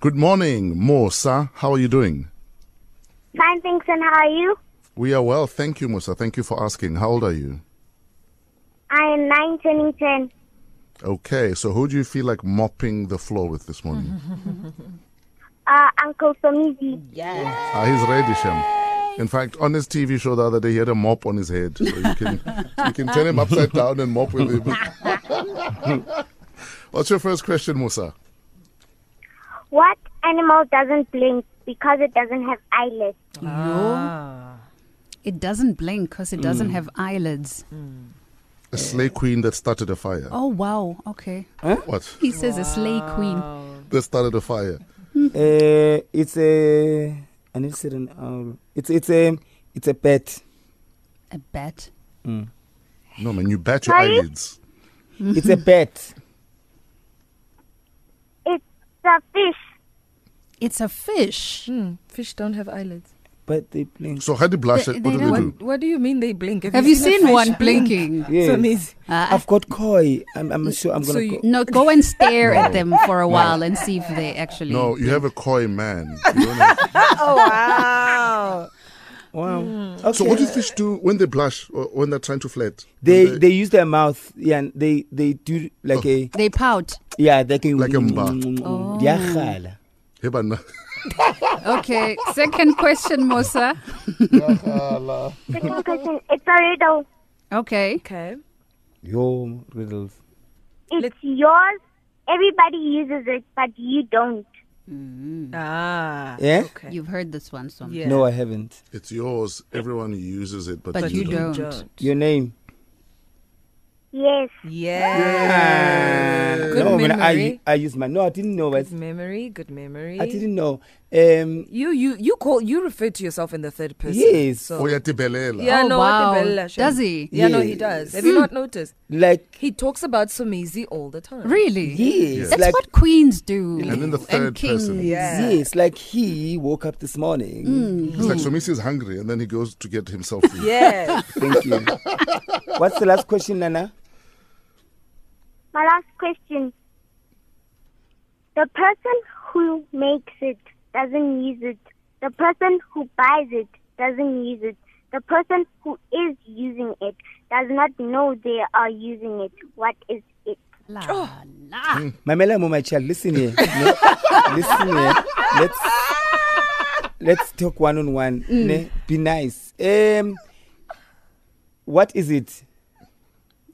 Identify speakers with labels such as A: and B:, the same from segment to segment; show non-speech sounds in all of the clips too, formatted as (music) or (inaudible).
A: Good morning, Musa. How are you doing?
B: Fine, thanks, and how are you?
A: We are well, thank you, Musa. Thank you for asking. How old are you?
B: I am 9 turning 10.
A: Okay, so who do you feel like mopping the floor with this morning?
B: Uh, Uncle Somizi.
C: Yeah.
A: ah, he's ready, Shem. In fact, on his TV show the other day, he had a mop on his head. So you can (laughs) you can turn him upside down and mop with him. (laughs) What's your first question, Musa?
B: What animal doesn't blink because it doesn't have eyelids?
D: It doesn't blink because it doesn't have eyelids.
A: A slay queen that started a fire.
D: Oh, wow. Okay.
A: What?
D: He says a slay queen.
A: That started a fire.
E: Uh, it's a. I need to sit an owl. um, It's it's a it's a pet.
D: A bat.
A: No man, you bat your
B: Sorry?
A: eyelids.
E: It's a
C: (laughs)
E: pet.
B: It's a fish.
D: It's a fish.
C: Hmm. Fish don't have eyelids.
E: But they blink.
A: So how do blush
D: They-
A: it? What
D: they
A: do they
D: don't-
C: What,
A: do?
C: what do you mean they blink?
D: Have you seen one blinking?
E: Yes.
C: So amazing.
D: Uh,
E: I've got koi. I'm I'm sure I'm
C: So
E: gonna.
C: you-
E: go.
D: no, go and stare at them for a while and see if they actually.
A: No, you have a coy man. You don't have-
C: Oh wow!
E: Wow.
C: Mm.
E: Okay.
A: so what do fish do when they blush or when they're trying to flirt?
E: they
A: When
E: they use their mouth. Yeah. And they they do like a
D: They pout.
E: yeah. They can mm,
A: Like a mba.
C: Oh.
E: Yeah.
A: Hey, but no-
D: Okay. Second question, Musa.
B: Second question. It's a riddle.
D: Okay.
C: Okay.
E: Yo riddles.
B: It's
C: Let's-
B: yours. Everybody uses it, but you don't.
C: Ah.
E: Yeah?
C: Okay.
D: You've heard this one, so
C: yeah.
E: No, I haven't.
A: (laughs) it's yours. Everyone uses it, but,
D: But
A: you,
D: you
A: don't.
D: don't.
E: Your name.
B: Yes.
C: Yeah. Good
E: no, man, I
C: memory.
E: I used my no. I didn't know. I,
C: Good memory. Good memory.
E: I didn't know. Um.
C: You you you call you refer to yourself in the third person.
E: Yes.
C: So.
A: Oh, yeah, tibelela.
C: Yeah,
D: Oh,
C: no,
D: wow.
C: what the bella, Shem.
D: Does he?
C: Yeah, no, he
E: Yes.
C: does. Have you not noticed?
E: Like
C: He talks about Sumizi all the time.
D: Really?
E: yes.
D: That's
E: like
D: what queens do.
A: And then the third
D: kings.
A: person.
C: Yeah.
E: Yes, like he woke up this morning.
A: It's like Somisi is hungry, and then he goes to get himself food.
C: Yeah.
D: (laughs)
E: Thank you. What's the last question, Nana?
B: My last question. The person who makes it doesn't use it. The person who buys it doesn't use it. The person who is using it does not know they are using it. What is it?
D: La, la.
E: Mamela Mo, my child, listen here. Ne? listen here. Let's let's talk one on one. Ne? Be nice. Um, what is it?
D: It-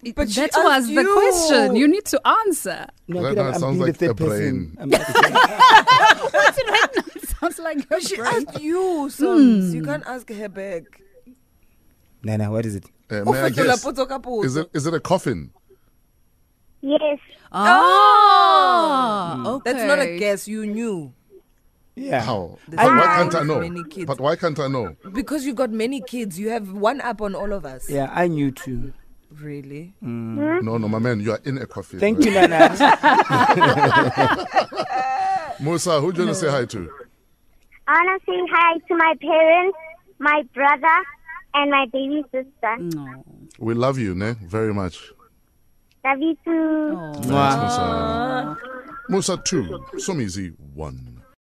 C: Oh, But she
D: that was
C: asked
D: the
C: you.
D: question. You need to answer. (laughs)
E: No,
A: Right
E: I'm-
A: now it
E: I'm
A: sounds
E: being
A: like
E: the
A: a
E: third
A: brain.
E: person. I'm-
D: It sounds like
C: But she asked you, sons.
D: Hmm.
C: You can't ask her back.
E: Nana, what is it?
A: Uh,
C: (laughs)
A: may I
C: Ufetula
A: guess?
C: potso ka potso.
A: Is it is it a coffin?
B: Yes.
D: Oh, okay.
C: Hmm. That's not a guess. You knew
E: Yeah.
A: How? But
C: is
A: why
C: why
A: can't I
C: many
A: know?
C: kids-
A: But why can't I know?
C: because you've got many kids. You have one up on all of us.
E: Yeah, I knew too.
A: (laughs)
C: Really?
A: No, no, my man, you are in a coffin.
E: Thank
A: right?
E: you, Nana.
A: Musa, who do you want to say hi to?
B: I want to say hi to my parents, my brother, and my baby sister.
D: No.
A: We love you, ne? Very much.
B: Love you too.
D: Oh.
A: Thanks, Musa. Musa two, Somizi one.